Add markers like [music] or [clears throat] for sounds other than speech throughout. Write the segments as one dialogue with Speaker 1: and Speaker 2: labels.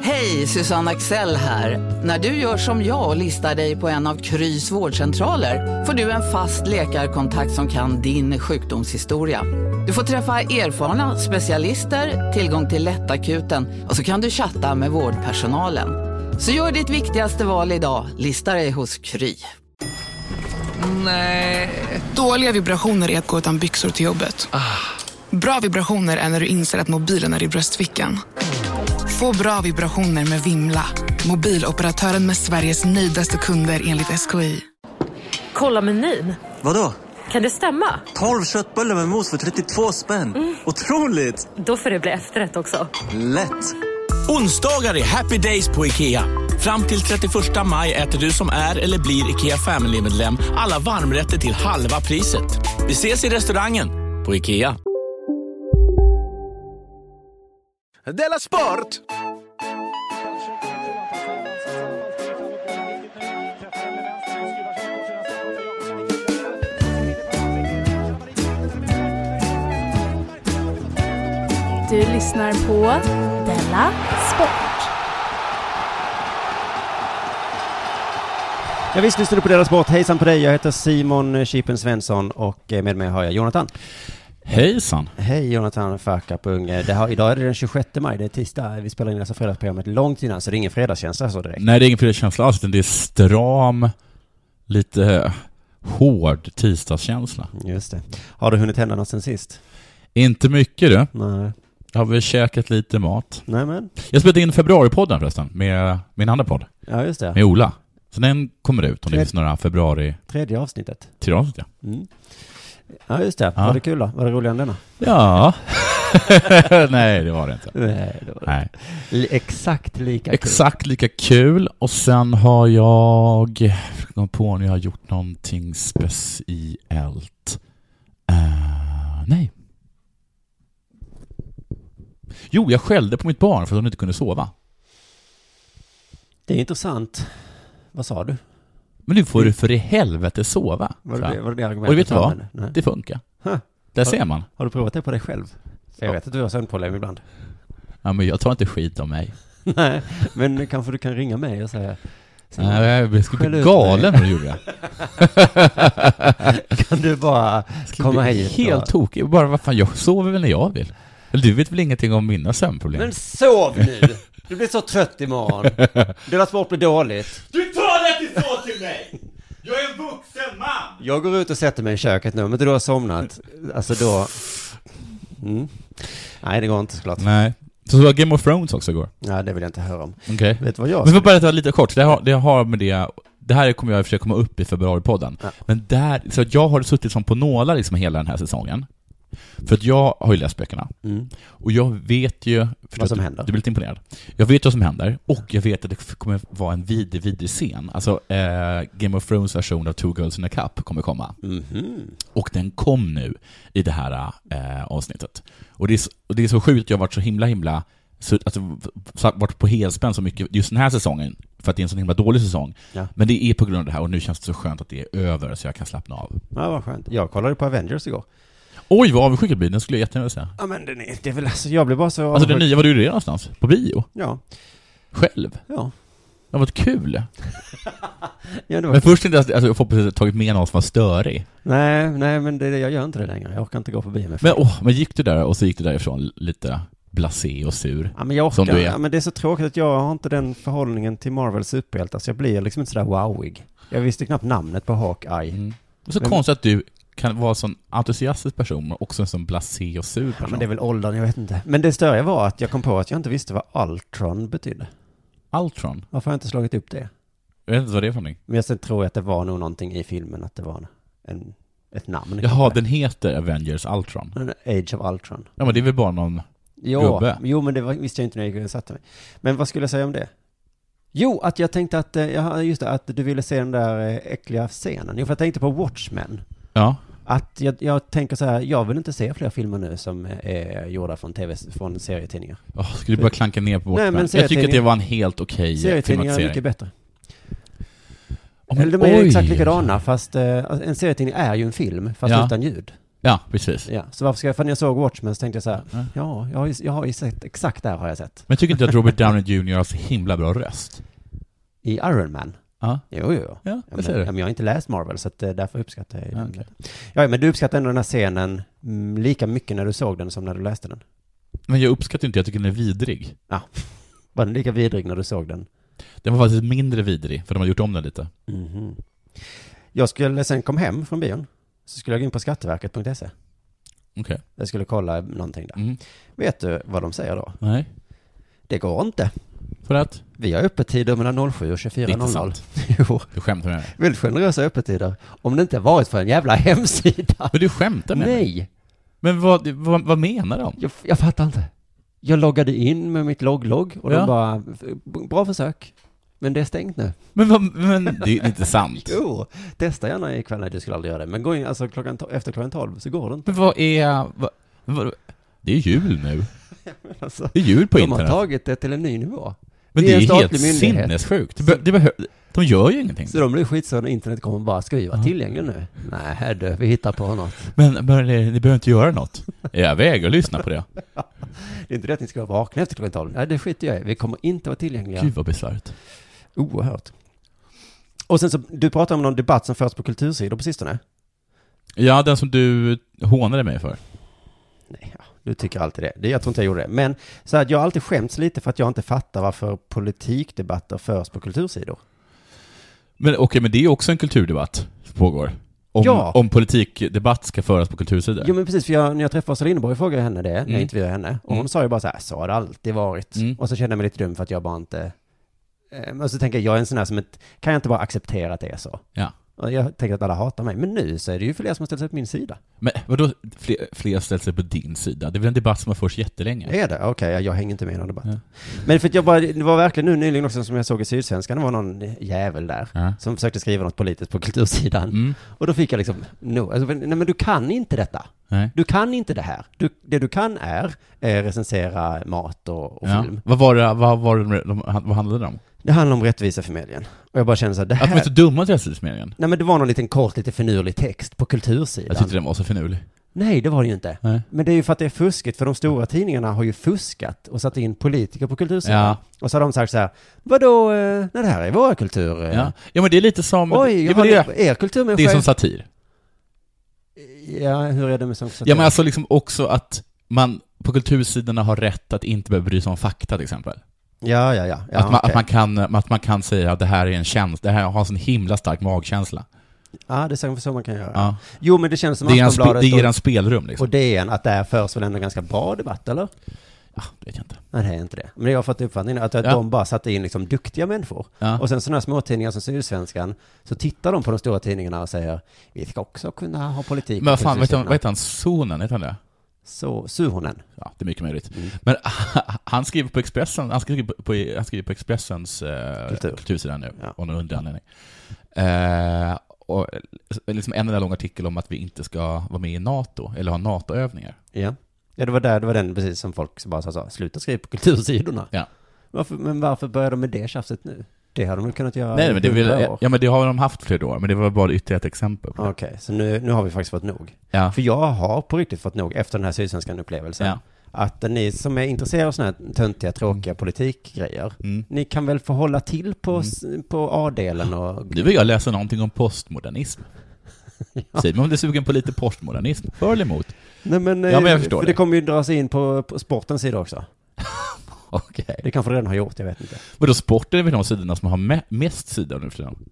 Speaker 1: Hej, Susanne Axel här. När du gör som jag och listar dig på en av Krys vårdcentraler får du en fast läkarkontakt som kan din sjukdomshistoria. Du får träffa erfarna specialister, tillgång till lättakuten och så kan du chatta med vårdpersonalen. Så gör ditt viktigaste val idag, listar dig hos Kry.
Speaker 2: Nej. Dåliga vibrationer är att gå utan byxor till jobbet. Bra vibrationer är när du inser att mobilen är i bröstfickan. Få bra vibrationer med Vimla. Mobiloperatören med Sveriges nöjdaste kunder enligt SKI.
Speaker 3: Kolla menyn.
Speaker 4: Vadå?
Speaker 3: Kan det stämma?
Speaker 4: 12 köttbullar med mos för 32 spänn. Otroligt!
Speaker 3: Då får det bli efterrätt också.
Speaker 4: Lätt!
Speaker 5: Onsdagar är happy days på IKEA. Fram till 31 maj äter du som är eller blir IKEA Family-medlem alla varmrätter till halva priset. Vi ses i restaurangen på IKEA.
Speaker 6: Della Sport!
Speaker 7: Du lyssnar på Della Sport.
Speaker 8: Ja, visst lyssnar du på Della Sport. Hejsan på dig, jag heter Simon Chipen Svensson och eh, med mig har jag Jonathan.
Speaker 9: Hejsan!
Speaker 8: Hej Jonathan Farkapunge. Det har, idag är det den 26 maj, det är tisdag. Vi spelar in alltså fredagsprogrammet långt innan, så det är ingen fredagskänsla så direkt.
Speaker 9: Nej, det är ingen fredagskänsla alls, utan det är stram, lite eh, hård tisdagskänsla.
Speaker 8: Just det. Har du hunnit hända något sen sist?
Speaker 9: Inte mycket du.
Speaker 8: Nej.
Speaker 9: Jag har väl käkat lite mat.
Speaker 8: Nej men.
Speaker 9: Jag spelade in februaripodden förresten, med min andra podd,
Speaker 8: Ja, just det.
Speaker 9: med Ola. Så den kommer ut om det
Speaker 8: Tre-
Speaker 9: finns några februari
Speaker 8: Tredje avsnittet.
Speaker 9: till avsnitt, ja.
Speaker 8: Mm. Ja, just det.
Speaker 9: Ja.
Speaker 8: Var det kul då? Var det roligare än denna?
Speaker 9: Ja. [laughs] Nej, det var det inte.
Speaker 8: Nej, det var
Speaker 9: Nej.
Speaker 8: Li- Exakt lika kul.
Speaker 9: Exakt lika kul. Och sen har jag... Jag försöker komma på om jag har gjort någonting speciellt. Eh, nej. Jo, jag skällde på mitt barn för att hon inte kunde sova.
Speaker 8: Det är intressant. Vad sa du?
Speaker 9: Men nu får du för i helvete sova.
Speaker 8: Var
Speaker 9: sa
Speaker 8: det,
Speaker 9: jag.
Speaker 8: det, var det det argumentet
Speaker 9: Och vet du
Speaker 8: du
Speaker 9: vad?
Speaker 8: använde? Nej.
Speaker 9: Det funkar.
Speaker 8: Huh.
Speaker 9: Där
Speaker 8: Har-
Speaker 9: ser man.
Speaker 8: Har du provat det på dig själv? Jag vet att du har sömnproblem
Speaker 9: [laughs]
Speaker 8: ibland.
Speaker 9: Ja, men jag tar inte skit om mig.
Speaker 8: Nej, men kanske du kan ringa mig och säga
Speaker 9: Nej, jag skulle
Speaker 8: Skäll
Speaker 9: bli
Speaker 8: ut
Speaker 9: galen när du gjorde det.
Speaker 8: Kan du bara
Speaker 9: skulle
Speaker 8: komma
Speaker 9: bli
Speaker 8: hit?
Speaker 9: Helt
Speaker 8: och...
Speaker 9: tokig. Bara, vad fan, jag sover väl när jag vill. Eller du vet väl ingenting om mina sömnproblem?
Speaker 8: Men sov nu! Du blir så trött
Speaker 9: [laughs]
Speaker 8: imorgon. Dela Sport blir dåligt.
Speaker 5: Du talar inte så till mig! Jag är en vuxen man!
Speaker 8: Jag går ut och sätter mig i köket nu, om inte du har somnat, alltså då... Mm. Nej, det går inte såklart.
Speaker 9: Nej. Så såg jag Game of Thrones också igår.
Speaker 8: Nej, det vill jag inte höra om.
Speaker 9: Okej.
Speaker 8: Vet du vad jag
Speaker 9: Men får jag berätta lite kort, det har, det har med det, det här kommer jag i och för sig komma upp i februaripodden.
Speaker 8: Ja.
Speaker 9: Men där, så att jag har suttit som på nålar liksom hela den här säsongen. För att jag har ju läst böckerna.
Speaker 8: Mm.
Speaker 9: Och jag vet ju... förstår
Speaker 8: Vad som
Speaker 9: att du-
Speaker 8: händer.
Speaker 9: Du blir lite imponerad. Jag vet vad som händer, och jag vet att det f- kommer vara en vidrig, vidrig scen. Alltså, eh, Game of Thrones version av Two Girls in a Cup kommer komma.
Speaker 8: Mhm.
Speaker 9: Och den kom nu i det här eh, avsnittet. Och det, är så, och det är så sjukt, jag har varit så himla himla, så, alltså, v- så, varit på helspänn så mycket just den här säsongen, för att det är en så himla dålig säsong.
Speaker 8: Ja.
Speaker 9: Men det är på grund av det här och nu känns det så skönt att det är över så jag kan slappna av.
Speaker 8: Ja, vad skönt. Jag kollade på Avengers igår.
Speaker 9: Oj vad avundsjuk jag blir, den skulle jag jättegärna vilja se.
Speaker 8: Ja, men den är, det är väl alltså, jag blir bara så...
Speaker 9: Alltså den nya, var du det någonstans? På bio?
Speaker 8: Ja,
Speaker 9: Själv?
Speaker 8: ja.
Speaker 9: Det har varit kul.
Speaker 8: Ja, det var...
Speaker 9: Men först inte, alltså jag hoppas att jag har tagit med någon som var störig.
Speaker 8: Nej, nej, men det, jag gör inte det längre. Jag orkar inte gå förbi med
Speaker 9: Men åh, men gick du där och så gick du därifrån lite blasé och sur.
Speaker 8: Ja, men jag orkar.
Speaker 9: Som du är.
Speaker 8: Ja, men det är så tråkigt att jag har inte den förhållningen till Marvels superhjältar, så jag blir liksom inte sådär wowig. Jag visste knappt namnet på Hawkeye.
Speaker 9: Det är så
Speaker 8: Mm. Men-
Speaker 9: konstigt att du kan vara en sån entusiastisk person men också en sån blasé och sur
Speaker 8: Ja,
Speaker 9: person.
Speaker 8: men det är väl åldern, jag vet inte. Men det större var att jag kom på att jag inte visste vad Ultron betydde.
Speaker 9: Altron.
Speaker 8: Varför har jag inte slagit upp det?
Speaker 9: Jag vet inte vad det är för någonting.
Speaker 8: Men jag sen tror jag att det var nog någonting i filmen, att det var en, ett namn.
Speaker 9: Jaha, den heter Avengers Altron.
Speaker 8: En Age of Ultron.
Speaker 9: Ja men det är väl bara någon...
Speaker 8: Jo,
Speaker 9: Gubbe.
Speaker 8: jo men det var, visste jag inte när jag gick och satte mig. Men vad skulle jag säga om det? Jo, att jag tänkte att, eh, ja, just det, att du ville se den där eh, äckliga scenen. Jo, för jag tänkte på Watchmen.
Speaker 9: Ja.
Speaker 8: Att jag, jag tänker så här, jag vill inte se fler filmer nu som är gjorda från tv, från serietidningar.
Speaker 9: Åh, ska du bara klanka ner på vårt
Speaker 8: Nej, men
Speaker 9: men Jag tycker att det
Speaker 8: serietidning-
Speaker 9: var en helt okej
Speaker 8: serietidningar är
Speaker 9: filmatisering.
Speaker 8: mycket bättre.
Speaker 9: Åh, men
Speaker 8: Eller de är ju
Speaker 9: oj.
Speaker 8: exakt likadana, fast eh, alltså, en serietidning är ju en film, fast
Speaker 9: Ja.
Speaker 8: utan ljud.
Speaker 9: Ja, precis.
Speaker 8: Ja, så varför ska jag, för när jag såg Watchmen så tänkte jag så här, ja, jag har, ju- jag har ju sett, exakt det här har jag sett.
Speaker 9: Men tycker inte att Robert Downey Jr. har så himla bra röst?
Speaker 8: I Iron Man.
Speaker 9: Ja.
Speaker 8: Jo, jo, jo.
Speaker 9: Ja, det
Speaker 8: men,
Speaker 9: ser du.
Speaker 8: ja, men jag har inte läst Marvel, så att, eh, därför uppskattar jag ju den.
Speaker 9: okej.
Speaker 8: Ja, ja, men du uppskattar ändå den här scenen mm, lika mycket när du såg den som när du läste den.
Speaker 9: Men jag uppskattar inte, jag tycker den är vidrig.
Speaker 8: Var den lika vidrig när du såg den?
Speaker 9: Den var faktiskt mindre vidrig, för de har gjort om den lite.
Speaker 8: Mhm. Jag skulle, sen kom hem från bion, så skulle jag gå in på skatteverket.se.
Speaker 9: Okej.
Speaker 8: E. Jag skulle kolla någonting där.
Speaker 9: Mm.
Speaker 8: Vet du vad de säger då?
Speaker 9: Nej.
Speaker 8: Det går inte.
Speaker 9: För att?
Speaker 8: Vi har öppettider mellan 07 och
Speaker 9: Det är inte sant.
Speaker 8: 24.00. [laughs] Jo,
Speaker 9: Du skämtar med mig.
Speaker 8: väldigt generösa öppettider. Om det inte varit för en jävla [laughs] hemsida.
Speaker 9: Men du skämtar med mig?
Speaker 8: Nej,
Speaker 9: Men vad, vad, vad menar de?
Speaker 8: jag, jag fattar inte. Jag loggade in med mitt logglogg och
Speaker 9: Ja.
Speaker 8: de bara, "B- bra försök. Men det är stängt nu.
Speaker 9: Men, vad, men [laughs] det är inte sant.
Speaker 8: Jo, testa gärna ikväll. Nej, du skulle aldrig göra det. Men gå in, alltså klockan, to- efter klockan 12 så går det inte.
Speaker 9: Men vad är... Vad, vad, det är jul [laughs] nu.
Speaker 8: Alltså,
Speaker 9: Det är jul på
Speaker 8: de har
Speaker 9: internet.
Speaker 8: tagit det till en ny nivå.
Speaker 9: men
Speaker 8: vi är
Speaker 9: det är
Speaker 8: en
Speaker 9: ju
Speaker 8: statlig
Speaker 9: helt
Speaker 8: myndighet.
Speaker 9: sinnessjukt. Det, be- det behö- de gör ju ingenting.
Speaker 8: Så de blir skitsura när internet kommer bara, ska vi vara tillgängliga nu? Nej du, vi hittar på något.
Speaker 9: Men, men ni, ni behöver inte göra [laughs] något. Jag vägrar lyssna på det.
Speaker 8: Det är inte det att ni ska vara vakna efter klockan 12. Nej, det skiter jag i. Vi kommer inte vara tillgängliga.
Speaker 9: Gud vad bisarrt.
Speaker 8: Oerhört. Och sen så, du pratade om någon debatt som förts på kultursidor på sistone.
Speaker 9: Ja, den som du hånade mig för.
Speaker 8: Nej, ja, du tycker alltid det. det. Jag tror inte jag gjorde det. Men så att jag har alltid skämts lite för att jag inte fattar varför politikdebatter förs på kultursidor.
Speaker 9: Men okej, men det är ju också en kulturdebatt som pågår. Om,
Speaker 8: Ja.
Speaker 9: om politikdebatt ska föras på kultursidor.
Speaker 8: Jo men precis, för jag, när jag träffade Åsa Linderborg frågade jag henne det, när
Speaker 9: Mm.
Speaker 8: jag intervjuade henne. Och
Speaker 9: Mm.
Speaker 8: hon sa ju bara så här, så har det alltid varit.
Speaker 9: Mm.
Speaker 8: Och så kände jag mig lite dum för att jag bara inte... Eh, Och så tänker jag, jag är en sån här som inte, kan jag inte bara acceptera att det är så?
Speaker 9: Ja.
Speaker 8: Och jag tänker att alla hatar mig, men nu så är det ju fler som har ställt sig på min sida.
Speaker 9: Men vadå fler, fler ställt sig på din sida? Det är väl en debatt som har förts jättelänge?
Speaker 8: Är det? Okej, jag- jag hänger inte med i någon debatt.
Speaker 9: Ja.
Speaker 8: Men för att jag bara, det var verkligen nu nyligen också som jag såg i Sydsvenskan, det var någon jävel där
Speaker 9: Ja.
Speaker 8: som försökte skriva något politiskt på kultursidan.
Speaker 9: Mm.
Speaker 8: Och då fick jag liksom, no, alltså, men- nej men du kan inte detta.
Speaker 9: Nej.
Speaker 8: Du kan inte det här. Du, det du kan är eh, recensera mat och, och
Speaker 9: Ja.
Speaker 8: film.
Speaker 9: Vad, var det, vad, var det, de, vad handlade det om?
Speaker 8: Det handlar om rättvisa för medien. Och jag bara känner så här, det
Speaker 9: Att de är
Speaker 8: här...
Speaker 9: så dumma till rättsmedien?
Speaker 8: Nej men det var någon liten kort, lite finurlig text på
Speaker 9: Jag
Speaker 8: kultursidan.
Speaker 9: tyckte den var så finurlig.
Speaker 8: Nej, det var det ju inte.
Speaker 9: Nej.
Speaker 8: Men det är ju för att det är fuskigt, för de stora tidningarna har ju fuskat och satt in politiker på kultursidan.
Speaker 9: Ja.
Speaker 8: Och så har de sagt så här, vadå, eh, nej det här är våra kultur... eh,
Speaker 9: Ja. ja, men det är lite som...
Speaker 8: Oj,
Speaker 9: ja,
Speaker 8: jag
Speaker 9: men
Speaker 8: har
Speaker 9: det,
Speaker 8: det, er kulturmänniska.
Speaker 9: det är som satir.
Speaker 8: Ja, hur är det med sånt?
Speaker 9: Ja, men alltså liksom också att man på kultursidorna har rätt att inte behöva bry sig om fakta till exempel.
Speaker 8: ja, ja, ja. ja
Speaker 9: att, man,
Speaker 8: okej.
Speaker 9: att, man kan, att man kan säga att det här är en känsla, det här har en sån himla stark magkänsla.
Speaker 8: Ja, det är säkert så man kan göra.
Speaker 9: Ja.
Speaker 8: Jo, men det känns som
Speaker 9: Det, är en spe,
Speaker 8: Aftonbladet
Speaker 9: det ger
Speaker 8: och-
Speaker 9: en spelrum liksom.
Speaker 8: och DN, att där förs väl ändå ganska bra debatt, eller?
Speaker 9: Ja, det vet jag inte.
Speaker 8: Nej, det är inte det. Men jag har fått uppfattningen att att
Speaker 9: Ja.
Speaker 8: de bara satte in liksom duktiga människor.
Speaker 9: Ja.
Speaker 8: Och sen sådana här småtidningar som Sydsvenskan, så tittar de på de stora tidningarna och säger, vi ska också kunna ha politik.
Speaker 9: Men vad fan,
Speaker 8: på
Speaker 9: vet han,
Speaker 8: kultursidorna."
Speaker 9: vad heter han? Sonen, heter han det?
Speaker 8: Så, Suhonen.
Speaker 9: Ja, det är mycket möjligt. Men [laughs] han skriver på Expressen, han skriver på, på, han skriver på Expressens eh,
Speaker 8: Kultur.
Speaker 9: kultursida nu,
Speaker 8: Ja.
Speaker 9: av någon underlig anledning. Eh, och liksom en enda lång artikel om att vi inte ska vara med i NATO, eller ha NATO-övningar.
Speaker 8: Ja. Ja, det var där, det var den precis som folk bara sa, så, sluta skriva på kultursidorna.
Speaker 9: Ja.
Speaker 8: Varför, men varför börjar de med det tjafset nu? Det hade de väl kunnat göra
Speaker 9: Nej, men det, är väl-
Speaker 8: hundra år.
Speaker 9: ja, men det har de haft flera år, men det var bara ytterligare ett exempel. på det.
Speaker 8: Okej, så nu, nu har vi faktiskt fått nog.
Speaker 9: Ja.
Speaker 8: För jag har på riktigt fått nog efter den här sydsvenskan upplevelsen.
Speaker 9: Ja.
Speaker 8: Att ni som är intresserade av sådana här töntiga, tråkiga politikgrejer,
Speaker 9: Mm.
Speaker 8: ni kan väl få hålla till på, s- på A-delen och...
Speaker 9: Nu vill jag läsa någonting om [laughs] postmodernism. Säg mig om du är sugen på lite postmodernism, för eller emot?
Speaker 8: Nej men,
Speaker 9: Ja, men jag
Speaker 8: eh,
Speaker 9: förstår
Speaker 8: för
Speaker 9: det.
Speaker 8: det kommer ju dras in på, på sportens sida också.
Speaker 9: Okej.
Speaker 8: Det kanske redan har gjort, jag vet inte.
Speaker 9: Vadå, sporten är väl de sidorna som har me- mest sidor nu för tiden?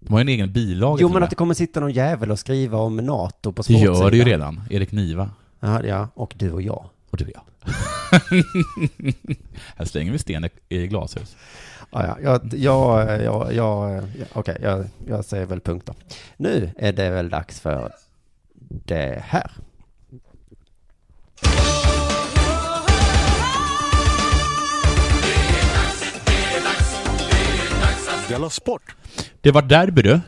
Speaker 9: De har ju en egen bilaga
Speaker 8: Jo
Speaker 9: till
Speaker 8: men
Speaker 9: det.
Speaker 8: att det kommer sitta någon jävel och skriva om NATO på
Speaker 9: Det
Speaker 8: sportsidan.
Speaker 9: gör det ju redan. Erik Niva.
Speaker 8: Ja, ja, och du och jag.
Speaker 9: Och du och jag. [laughs] Här slänger vi sten i glashus.
Speaker 8: Ja, ja, jag, jag, jag, jag, jag okej, jag, jag säger väl punkt då. Nu är det väl dags för det här.
Speaker 6: Della Sport!
Speaker 9: Det var derby du.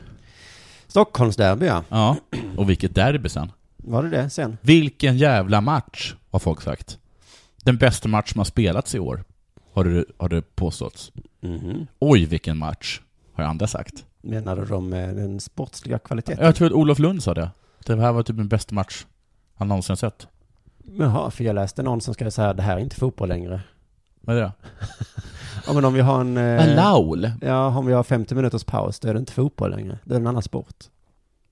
Speaker 8: Stockholmsderby ja.
Speaker 9: Ja. Och vilket derby sen.
Speaker 8: Var det det sen?
Speaker 9: Vilken jävla match, har folk sagt. Den bästa match som har spelats i år, har det, har det påståtts.
Speaker 8: Mhm.
Speaker 9: Oj, vilken match, har andra sagt.
Speaker 8: Menade de med den sportsliga kvaliteten?
Speaker 9: Jag tror att Olof Lund sa det. Det här var typ den bästa match han någonsin har sett.
Speaker 8: Jaha, för jag läste någon som skrev så här, det här är inte fotboll längre.
Speaker 9: Vad är det
Speaker 8: Ja, men om vi har en...
Speaker 9: då?
Speaker 8: eh,
Speaker 9: Laul?
Speaker 8: Ja, om vi har 50 minuters paus, då är det inte fotboll längre. Det är en annan sport.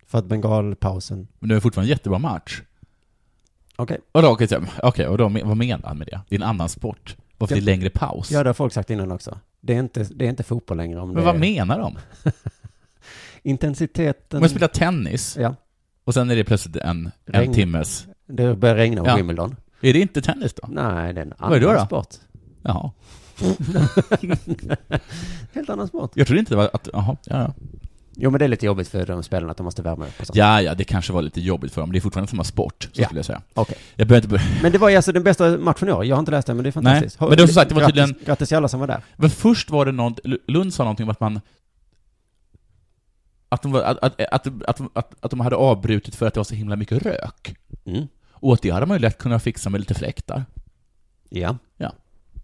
Speaker 8: För att bengalpausen...
Speaker 9: Men det är fortfarande en jättebra match.
Speaker 8: Okej.
Speaker 9: Vadå, okej, okej, okej, och då, men- vad menar han med det? Det är en annan sport. Varför
Speaker 8: Ja.
Speaker 9: det är längre paus?
Speaker 8: Ja, det har folk sagt innan också. Det är inte, det är inte fotboll längre om
Speaker 9: men
Speaker 8: det
Speaker 9: vad
Speaker 8: är...
Speaker 9: menar de?
Speaker 8: Intensiteten...
Speaker 9: Om jag spelar tennis
Speaker 8: Ja,
Speaker 9: och sen är det plötsligt en, en
Speaker 8: Regn.
Speaker 9: timmes...
Speaker 8: det börjar regna om
Speaker 9: Ja.
Speaker 8: Wimbledon.
Speaker 9: Är det inte tennis då?
Speaker 8: Nej, det är en annan
Speaker 9: är det då då?
Speaker 8: sport.
Speaker 9: Jaha.
Speaker 8: Helt annan sport.
Speaker 9: Jag trodde inte det var att... Jaha, ja, ja.
Speaker 8: Jo, men det är lite jobbigt för de spelarna att de måste värma upp och sånt.
Speaker 9: Ja, ja, det kanske var lite jobbigt för dem. Det är fortfarande samma sport, så
Speaker 8: Ja.
Speaker 9: skulle jag säga.
Speaker 8: Okej.
Speaker 9: Jag behöver inte... bör-
Speaker 8: Men det var ju alltså den bästa matchen i år. Jag har inte läst den, men det är fantastiskt.
Speaker 9: Nej, men det var som sagt, det var
Speaker 8: Grattis-
Speaker 9: tydligen-
Speaker 8: Grattis till alla som var där.
Speaker 9: Men först var det någon... Lund sa någonting om att man... Att de, var, att, att, att, att, att, att de hade avbrutit för att det var så himla mycket rök.
Speaker 8: Mm.
Speaker 9: Och att det hade man ju lätt kunnat fixa med lite fläktar.
Speaker 8: Ja.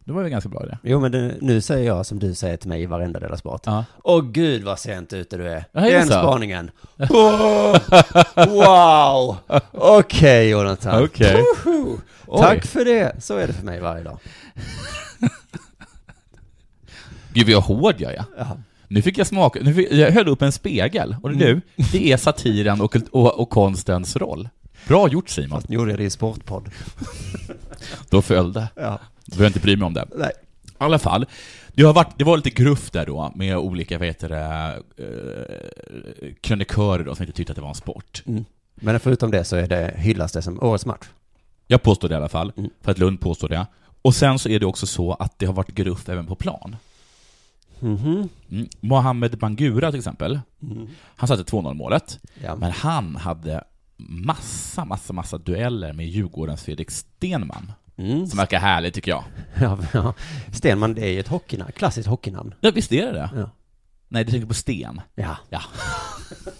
Speaker 9: Det var ju ganska bra det.
Speaker 8: Jo, men det, nu säger jag som du säger till mig i varenda del av sport.
Speaker 9: Ja.
Speaker 8: Åh gud vad sent ute du är.
Speaker 9: Ja, är det
Speaker 8: Den
Speaker 9: så?
Speaker 8: spaningen. [laughs] Åh, wow! Okej Jonathan.
Speaker 9: Okej.
Speaker 8: Puhu. Tack för det. Så är det för mig varje dag.
Speaker 9: Gud vad hård jag är.
Speaker 8: Ja.
Speaker 9: Nu fick jag smaka, nu fick, jag höll upp en spegel. Och nu, det är satiren och, kult- och, och konstens roll. Bra gjort Simon.
Speaker 8: Nu gjorde jag det i sportpodd.
Speaker 9: Då föll det.
Speaker 8: Ja.
Speaker 9: Du behöver inte bry mig om det.
Speaker 8: Nej.
Speaker 9: I alla fall, det, har varit, det var lite gruff där då med olika, vad heter det, eh, krönikörer då som inte tyckte att det var en sport.
Speaker 8: Men förutom det så är det, hyllas det som årets match.
Speaker 9: Jag påstår det i alla fall,
Speaker 8: Mm.
Speaker 9: för att Lund påstår det. Och sen så är det också så att det har varit gruff även på plan.
Speaker 8: Mm-hmm.
Speaker 9: Mm. Mohamed Bangura till exempel,
Speaker 8: Mm.
Speaker 9: han satte 2-0 målet,
Speaker 8: Ja.
Speaker 9: men han hade massa, massa, massa dueller med Djurgårdens Fredrik Stenman.
Speaker 8: Mm.
Speaker 9: Som verkar härlig tycker jag.
Speaker 8: [laughs] Ja, ja. Stenman, det är ju ett hockeynamn. Klassiskt hockeynamn.
Speaker 9: Ja, visst är det det?
Speaker 8: Ja.
Speaker 9: Nej, du tänker på Sten.
Speaker 8: Ja,
Speaker 9: Ja,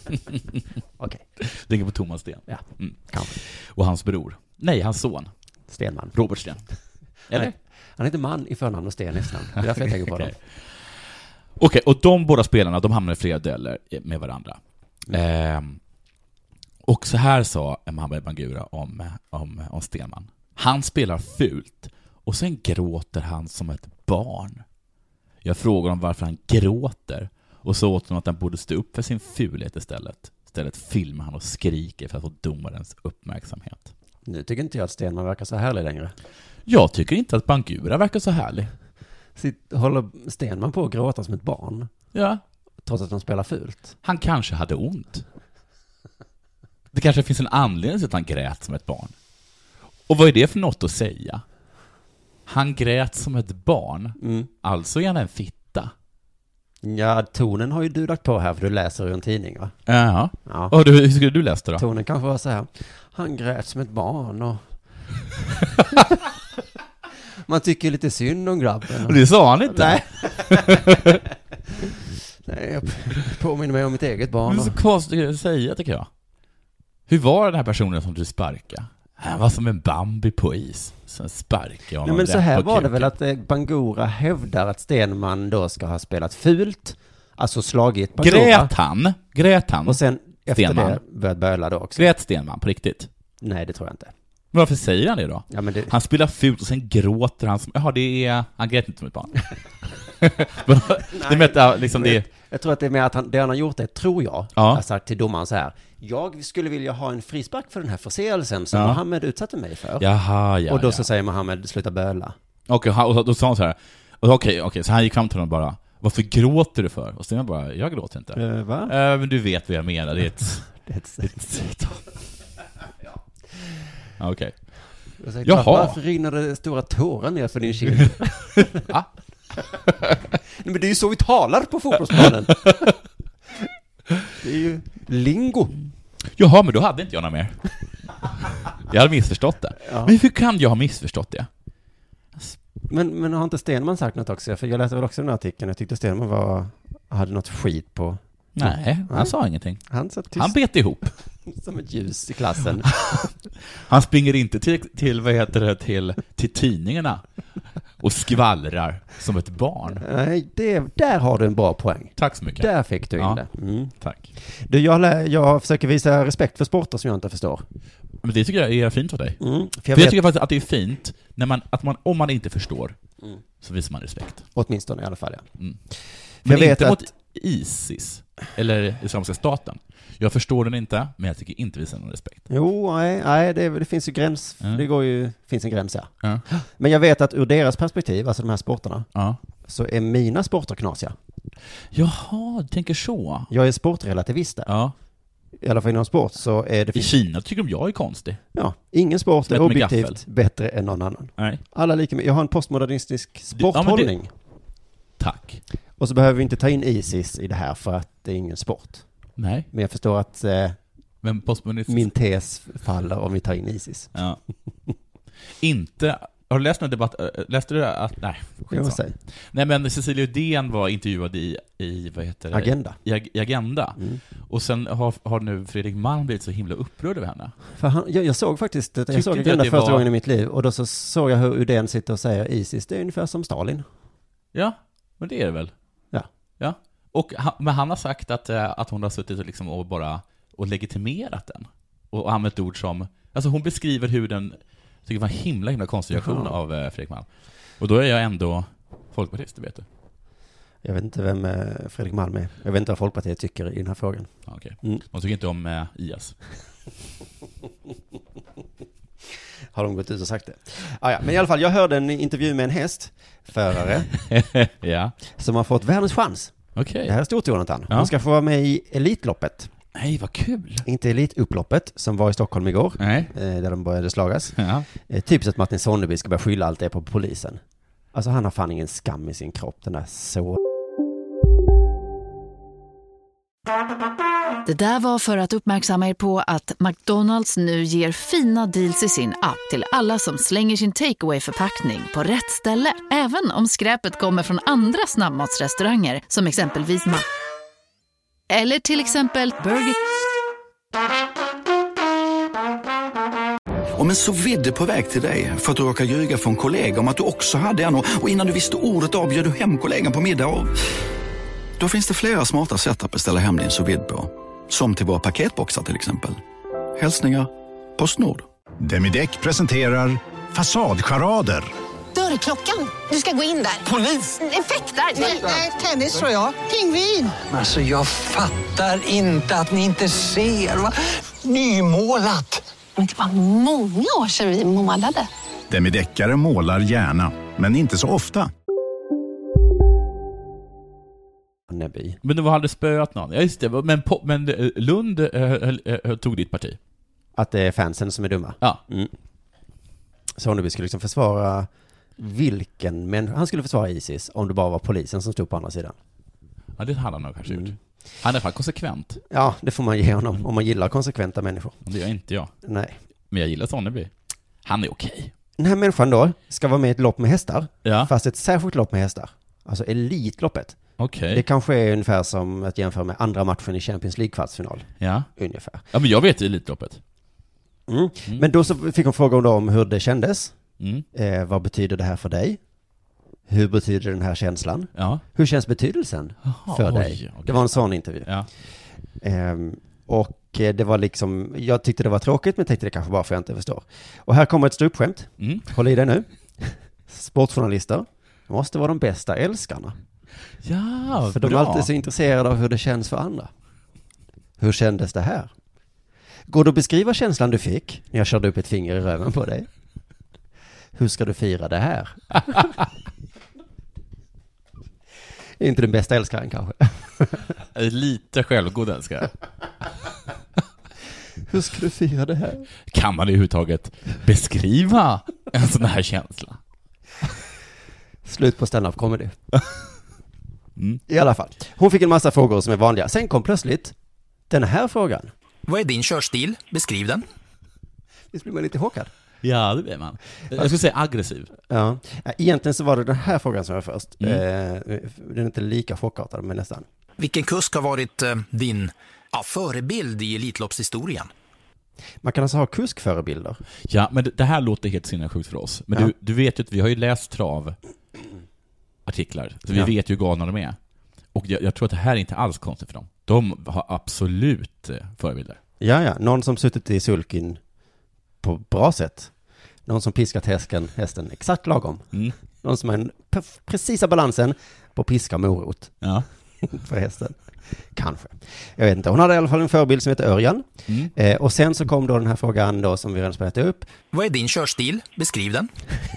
Speaker 9: [laughs]
Speaker 8: okej.
Speaker 9: du tänker på Thomas Sten.
Speaker 8: Ja,
Speaker 9: Mm.
Speaker 8: kanske.
Speaker 9: Och hans bror. Nej, hans son.
Speaker 8: Stenman.
Speaker 9: Robert Sten. Eller?
Speaker 8: Nej. Han heter man i förnamn och Sten i efternamn. Det är därför jag tänker [laughs] på
Speaker 9: Okej.
Speaker 8: honom.
Speaker 9: Okej, och de båda spelarna, de hamnade i flera dueller med varandra. Ehm, och så här sa Mohamed Bangura om, om, om Stenman. Han spelar fult, och sen gråter han som ett barn. Jag frågar honom varför han gråter, och så åt honom att han borde stå upp för sin fulhet istället. Istället filmar han och skriker för att få domarens uppmärksamhet.
Speaker 8: Nu tycker inte jag att Stenman verkar så härlig längre.
Speaker 9: Jag tycker inte att Bangura verkar så härlig.
Speaker 8: Sitt, håller Stenman på att gråta som ett barn,
Speaker 9: Ja,
Speaker 8: trots att de spelar fult?
Speaker 9: Han kanske hade ont. Det kanske finns en anledning till att han grät som ett barn. Och vad är det för något att säga? Han grät som ett barn,
Speaker 8: Mm.
Speaker 9: alltså är han en fitta.
Speaker 8: Ja, tonen har ju du lagt på här, för du läser ur en tidning, va?
Speaker 9: Jaha.
Speaker 8: Ja.
Speaker 9: Och du, hur skulle du läsa det då?
Speaker 8: Tonen kanske var så här, han grät som ett barn [laughs] och... Man tycker lite synd om grabben.
Speaker 9: Och Det sa han inte.
Speaker 8: Nej. Nej, jag [laughs] påminner mig om mitt eget
Speaker 9: Det
Speaker 8: barn.
Speaker 9: är så
Speaker 8: Och...
Speaker 9: konstigt att säga tycker jag. Hur var den här personen som du sparkade? Han var som en Bambi på is. Sen sparkade jag
Speaker 8: Nej,
Speaker 9: honom
Speaker 8: men
Speaker 9: rätt
Speaker 8: så här
Speaker 9: på
Speaker 8: var det
Speaker 9: kuken.
Speaker 8: väl att eh, Bangura hävdar att Stenman då ska ha spelat fult, alltså slagit Bangura.
Speaker 9: Grät han? Grät han?
Speaker 8: Och sen efter
Speaker 9: Stenman.
Speaker 8: det börjat böla då också.
Speaker 9: Grät Stenman på riktigt?
Speaker 8: Nej, det tror jag inte.
Speaker 9: Men varför säger han det då?
Speaker 8: Ja, men det...
Speaker 9: Han spelar fult och sen gråter han som, jaha det är, han grät inte som ett barn. [laughs] Men, det menar, liksom det,
Speaker 8: Jag tror att det är mer att han, det han har gjort det, tror jag,
Speaker 9: Ja.
Speaker 8: har sagt till domaren så här. Jag skulle vilja ha en frispark för den här förseelsen som
Speaker 9: Ja.
Speaker 8: Mohammed utsatte mig för.
Speaker 9: jaha ja
Speaker 8: och då
Speaker 9: ja.
Speaker 8: så säger Mohammed, sluta böla.
Speaker 9: Okej, han- och då sa han så här, och då, okej, okej, så han gick fram till honom bara, varför gråter du för? Och Stenman bara, jag gråter inte.
Speaker 8: va?
Speaker 9: "Eh, men du vet vad jag menar, det är ett...
Speaker 8: [laughs]
Speaker 9: [laughs]
Speaker 8: Det är ett sätt.
Speaker 9: Ja, Okej.
Speaker 8: Jag säger,
Speaker 9: Jaha.
Speaker 8: Varför rinner det stora tårar ner för din kind?
Speaker 9: Va?
Speaker 8: Nej, men det är ju så vi talar på [laughs] fotbollsplanen. det är ju lingo.
Speaker 9: Jaha, men då hade inte jag något mer. jag hade missförstått det. Men hur kan jag ha missförstått
Speaker 8: Mm.
Speaker 9: det?
Speaker 8: Men, men har inte Stenman sagt något också? För jag läste väl också den här artikeln. Jag tyckte Stenman var, hade något skit på.
Speaker 9: Nej, han sa ingenting.
Speaker 8: Han satt tyst
Speaker 9: Han bet ihop.
Speaker 8: som ett ljus i klassen.
Speaker 9: Han springer inte till, till vad heter det, till, till tidningarna och skvallrar som ett barn.
Speaker 8: Nej, det, där har du en bra poäng.
Speaker 9: Tack så mycket.
Speaker 8: Där fick du in
Speaker 9: Ja.
Speaker 8: det. Mm.
Speaker 9: Tack.
Speaker 8: Du, jag, lä- jag försöker visa respekt för sporter som jag inte förstår.
Speaker 9: Men det tycker jag är fint av dig.
Speaker 8: Mm. För jag
Speaker 9: För jag
Speaker 8: vet
Speaker 9: tycker faktiskt att det är fint, när man, att man, om man inte förstår,
Speaker 8: Mm.
Speaker 9: så visar man respekt.
Speaker 8: åtminstone i alla fall. Ja.
Speaker 9: Mm. Men
Speaker 8: vet
Speaker 9: inte
Speaker 8: att-
Speaker 9: mot Isis, eller Islamiska staten. Jag förstår den inte, men jag tycker inte vi visar någon respekt.
Speaker 8: Jo, nej, nej det, det finns ju gräns.
Speaker 9: Mm.
Speaker 8: Det går ju, finns en gräns, ja.
Speaker 9: Ja.
Speaker 8: Men jag vet att ur deras perspektiv, alltså de här sporterna,
Speaker 9: ja.
Speaker 8: så är mina sporter knasiga.
Speaker 9: Jaha, du tänker så.
Speaker 8: Jag är sportrelativist där.
Speaker 9: Ja.
Speaker 8: I alla fall inom sport så är det...
Speaker 9: I Kina tycker de jag är konstig.
Speaker 8: Ja, ingen sport är
Speaker 9: Smält med
Speaker 8: objektivt
Speaker 9: gaffel.
Speaker 8: bättre än någon annan.
Speaker 9: Nej.
Speaker 8: Alla lika med. Jag har en postmodernistisk
Speaker 9: men det-
Speaker 8: sporthållning.
Speaker 9: Tack.
Speaker 8: Och så behöver vi inte ta in Isis i det här för att det är ingen sport.
Speaker 9: Nej.
Speaker 8: Men jag förstår att eh,
Speaker 9: Men postmodernistisk...
Speaker 8: min tes faller om vi tar in Isis.
Speaker 9: Ja. inte... Har du läst någon debatt? äh, Läste du att... Nej,
Speaker 8: Jag
Speaker 9: skitsamma.
Speaker 8: säga.
Speaker 9: Nej men Cecilia Uddén var intervjuad i, i vad heter det?
Speaker 8: Agenda.
Speaker 9: I, Ag- i Agenda.
Speaker 8: Mm.
Speaker 9: Och sen har, har nu Fredrik Malm blivit så himla upprörd över henne.
Speaker 8: För han, jag, jag såg faktiskt, jag
Speaker 9: Tyckte
Speaker 8: såg
Speaker 9: du
Speaker 8: Agenda
Speaker 9: att det
Speaker 8: första
Speaker 9: var-
Speaker 8: gången i mitt liv och då så såg jag hur Uddén sitter och säger Isis, det är ungefär som Stalin.
Speaker 9: Ja, men det är det väl?
Speaker 8: Ja.
Speaker 9: ja. Och han, men han har sagt att, eh, att hon har suttit och, liksom och bara och legitimerat den. Och, och använt ord som, alltså hon beskriver hur den, tycker det var en himla himla konstig reaktion
Speaker 8: Jaha.
Speaker 9: av eh, Fredrik Malm. Och då är jag ändå folkpartist, det vet du.
Speaker 8: Jag vet inte vem eh, Fredrik Malm är. Jag vet inte vad Folkpartiet tycker i den här frågan.
Speaker 9: Ja, okej.
Speaker 8: Mm.
Speaker 9: De tycker inte om eh, IS.
Speaker 8: Har de gått ut och sagt det? Ah, ja. Men i alla fall, jag hörde en intervju med en hästförare
Speaker 9: [laughs] ja,
Speaker 8: som har fått världens chans.
Speaker 9: okej.
Speaker 8: Det här är stort Jonathan.
Speaker 9: Ja.
Speaker 8: Hon ska få vara med i Elitloppet.
Speaker 9: Nej, vad kul!
Speaker 8: Inte Elitupploppet som var i Stockholm igår,
Speaker 9: Nej.
Speaker 8: eh, där de började slagas.
Speaker 9: Ja.
Speaker 8: Eh, Typiskt att Martin Sonneby ska börja skylla allt det på polisen. Alltså han har fan ingen skam i sin kropp, den där så...
Speaker 10: Det där var för att uppmärksamma er på att McDonalds nu ger fina deals i sin app till alla som slänger sin takeaway förpackning på rätt ställe. Även om skräpet kommer från andra snabbmatsrestauranger som exempelvis Ma... Eller till exempel Burger...
Speaker 6: Om en så vidde på väg till dig för att du råkar ljuga från kollega om att du också hade en och och innan du visste ordet av bjöd du hem kollegan på middag och... Då finns det flera smarta sätt att beställa hem din sous vide på. Som till våra paketboxar till exempel. Hälsningar Postnord.
Speaker 11: Demideck presenterar Fasadcharader.
Speaker 10: Dörrklockan. Du ska gå in där. Polis? Effektar? Nej, tennis tror jag. Pingvin.
Speaker 6: Alltså jag fattar inte att ni inte ser. Nymålat!
Speaker 10: Men det var många år sedan vi målade.
Speaker 11: Demideckare målar gärna, men inte så ofta.
Speaker 8: Sonneby.
Speaker 9: Men de hade spöat någon. Ja, just det. Men, po- men eh, Lund eh, höll- eh, tog ditt parti.
Speaker 8: Att det är fansen som är dumma.
Speaker 9: Ja.
Speaker 8: Mm. Sonneby skulle liksom försvara vilken men Han skulle försvara Isis om det bara var polisen som stod på andra sidan.
Speaker 9: ja, det hade han nog kanske gjort. Han är i alla fall konsekvent.
Speaker 8: Ja, det får man ge honom om man gillar konsekventa människor.
Speaker 9: Det gör inte jag.
Speaker 8: Nej.
Speaker 9: Men jag gillar Sonneby. Han är okej.
Speaker 8: Den här människan då ska vara med i ett lopp med hästar.
Speaker 9: Ja.
Speaker 8: Fast ett särskilt lopp med hästar. Alltså Elitloppet.
Speaker 9: Okej.
Speaker 8: Det kanske är ungefär som att jämföra med andra matchen i Champions League-kvartsfinal.
Speaker 9: Ja.
Speaker 8: Ungefär.
Speaker 9: ja, men jag vet Elitloppet.
Speaker 8: Mm. Men då så fick hon fråga om, om hur det kändes.
Speaker 9: Mm.
Speaker 8: Eh, vad betyder det här för dig? Hur betyder den här känslan?
Speaker 9: Ja.
Speaker 8: Hur känns betydelsen
Speaker 9: Jaha,
Speaker 8: för
Speaker 9: oj,
Speaker 8: dig?
Speaker 9: okej.
Speaker 8: Det var en sån intervju.
Speaker 9: Ja.
Speaker 8: Ehm, och eh, det var liksom, jag tyckte det var tråkigt men tänkte det kanske bara för jag inte förstår. Och här kommer ett ståuppskämt.
Speaker 9: Mm.
Speaker 8: Håll i dig nu. Sportjournalister måste vara de bästa älskarna.
Speaker 9: Ja,
Speaker 8: För de är
Speaker 9: bra.
Speaker 8: alltid så intresserade av hur det känns för andra. Hur kändes det här? Går det att beskriva känslan du fick när jag körde upp ett finger i röven på dig? Hur ska du fira det [laughs] här? Är inte den bästa älskaren kanske.
Speaker 9: Eh, Lite självgod älskar jag.
Speaker 8: Hur ska du fira det här?
Speaker 9: Kan man överhuvudtaget beskriva en sån här känsla?
Speaker 8: Slut på stand-up comedy. I alla fall. Hon fick en massa frågor som är vanliga. Sen kom plötsligt den här frågan.
Speaker 6: Vad är din körstil? Beskriv den.
Speaker 8: Visst blir man lite chockad?
Speaker 9: Ja, det blir man. Jag skulle säga aggressiv.
Speaker 8: Ja, egentligen så var det den här frågan som var först. Eh, den är inte lika chockartad, men nästan.
Speaker 6: Vilken kusk har varit eh, din ja, förebild i Elitloppshistorien?
Speaker 8: Man kan alltså ha kuskförebilder.
Speaker 9: Ja, men det- det här låter helt sinnessjukt för oss. Men
Speaker 8: Ja.
Speaker 9: du, du vet ju att vi har ju läst trav artiklar, så vi
Speaker 8: Ja.
Speaker 9: vet ju hur galna de är. Och jag, jag tror att det här är inte alls konstigt för dem. De har absolut eh, förebilder.
Speaker 8: Ja, ja, någon som suttit i sulkin på bra sätt. Någon som piskat hästen, hästen exakt lagom. Någon som har den pre- precisa balansen på piska och morot.
Speaker 9: Ja.
Speaker 8: För hästen. Kanske. Jag vet inte. Hon hade i alla fall en förebild som heter Örjan.
Speaker 9: Mm.
Speaker 8: Eh, och sen så kom då den här frågan då som vi redan spelade upp. [laughs]
Speaker 12: Vad är din körstil? Beskriv den.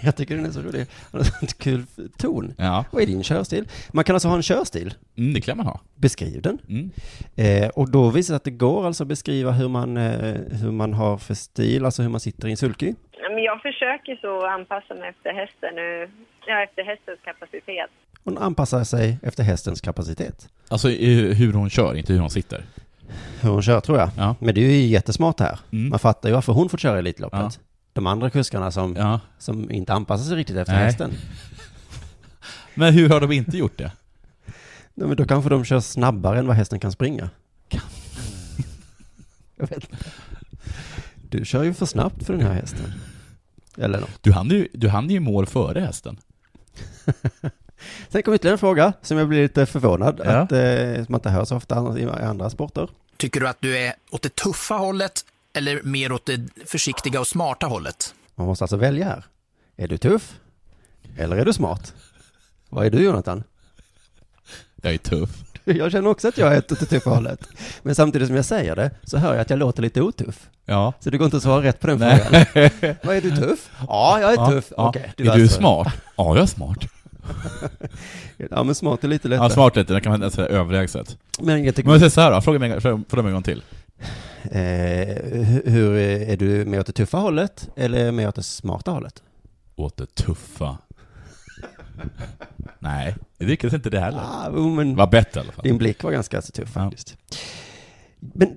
Speaker 8: Jag tycker den är så rolig. Han har sånt kul ton.
Speaker 9: Ja.
Speaker 8: Vad är din körstil? Man kan alltså ha en körstil.
Speaker 9: Mm, det kan man ha.
Speaker 8: Beskriv den.
Speaker 9: Mm.
Speaker 8: Eh, och då visar det sig att det går alltså att beskriva hur man, eh, hur man har för stil, alltså hur man sitter i en sulky.
Speaker 13: Ja, men Jag försöker så anpassa mig efter hästen nu. Ja, efter hästens kapacitet.
Speaker 8: Och den anpassar sig efter hästens kapacitet.
Speaker 9: Alltså eh, hur hon kör, inte hur hon sitter.
Speaker 8: Hur hon kör tror jag. Men det är ju jättesmart här. Man fattar ju varför hon får köra Elitloppet.
Speaker 9: Mm. Ja.
Speaker 8: De andra kuskarna som, som inte anpassar sig riktigt efter
Speaker 9: Nej.
Speaker 8: hästen.
Speaker 9: Men hur har de inte gjort det?
Speaker 8: Nej, men då kanske de kör snabbare än vad hästen kan springa. [laughs] Jag vet inte. Du kör ju för snabbt för den här hästen. Eller något.
Speaker 9: Du hann ju, du hann ju i mål före hästen.
Speaker 8: Sen kom ytterligare en fråga som jag blir lite förvånad
Speaker 9: Ja.
Speaker 8: att eh, man inte hör så ofta i andra sporter.
Speaker 12: Tycker du att du är åt det tuffa hållet eller mer åt det försiktiga och smarta hållet?
Speaker 8: Man måste alltså välja här. Är du tuff? Eller är du smart? Vad är du Jonathan? [laughs]
Speaker 9: Jag är tuff.
Speaker 8: Jag känner också att jag är åt det tuffa hållet. Men samtidigt som jag säger det så hör jag att jag låter lite otuff.
Speaker 9: Ja.
Speaker 8: Så det går inte att svara rätt på den
Speaker 9: Nej.
Speaker 8: frågan. [laughs] Vad är du tuff? Ja, jag är tuff. Okej,
Speaker 9: är, du
Speaker 8: alltså-
Speaker 9: smart? Ja, jag är smart. [laughs]
Speaker 8: Ja, men smart är lite lättare.
Speaker 9: Ja, smart lite. Det kan man nästan säga överlägset.
Speaker 8: Men jag tycker-
Speaker 9: Men säg så här då, fråga mig, fråga fråga mig en gång till.
Speaker 8: Eh, hur, hur är du mer åt det tuffa hållet eller mer åt det smarta hållet?
Speaker 9: Åt det [laughs] tuffa. Nej, det lyckades inte det heller.
Speaker 8: Ah, jo, men
Speaker 9: Var bättre i alla fall.
Speaker 8: Din blick var ganska så tuff faktiskt. Men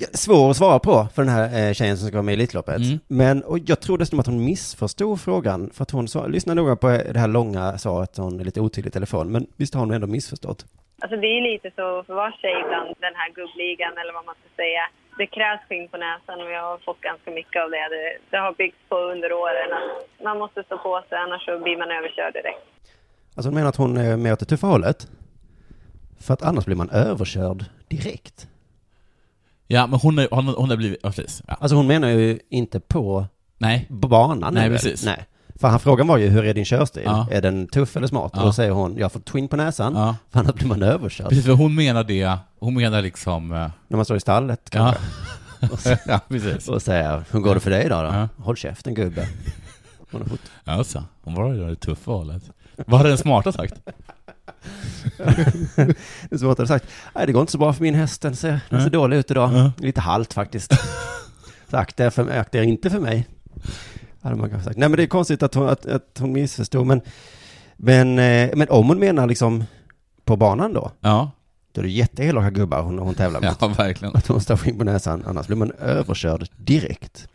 Speaker 8: eh, svår att svara på för den här eh, tjejen som ska vara med i Elitloppet.
Speaker 9: Mm.
Speaker 8: Men och jag tror dessutom att hon missförstod frågan för att hon sa, lyssna noga på det här långa svaret, hon är lite otydlig i telefon, men visst har hon ändå missförstått?
Speaker 13: Alltså det är lite så för var sig ibland, den här gubbligan eller vad man ska säga. Det krävs skinn på näsan och jag har fått ganska mycket av det. Det, det har byggts på under åren. att Man måste stå på sig annars så blir man överkörd direkt.
Speaker 8: Alltså hon menar att hon är mer åt det tuffa hållet. För att annars blir man överkörd direkt.
Speaker 9: Ja, men hon, är, hon, hon har blivit... Ja, precis. Ja.
Speaker 8: Alltså hon menar ju inte på
Speaker 9: Nej.
Speaker 8: banan.
Speaker 9: Nej,
Speaker 8: eller?
Speaker 9: precis.
Speaker 8: Nej. För han, frågan var ju hur är din körstil?
Speaker 9: Ja.
Speaker 8: Är den tuff eller smart?
Speaker 9: Ja.
Speaker 8: Och då säger hon, jag får twin på näsan, för annars blir man överkörd.
Speaker 9: Precis, för hon menar det. Hon menar liksom...
Speaker 8: När man står i stallet kanske. Och, så,
Speaker 9: [laughs] ja,
Speaker 8: [laughs]
Speaker 9: precis.
Speaker 8: och säger, hur går det för dig idag då?
Speaker 9: Ja.
Speaker 8: Håll käften gubbe. Hon har fått...
Speaker 9: Ja, så. Hon var ju det tuffa hållet. Vad hade den smarta sagt?
Speaker 8: det är som att hon har sagt, nej det går inte så bra för min häst, den ser, den ser
Speaker 9: Ja.
Speaker 8: dålig ut idag. Lite halt faktiskt. Så akta er, för, akta er inte för mig. Hade man kanske sagt. Nej men det är konstigt att hon, att, att hon missförstod, men, men, eh, men om hon menar liksom på banan då?
Speaker 9: Ja.
Speaker 8: Då är det jätteelaka gubbar hon, hon tävlar mot.
Speaker 9: Ja, verkligen.
Speaker 8: Att hon står skinn på näsan, annars blir man överkörd direkt.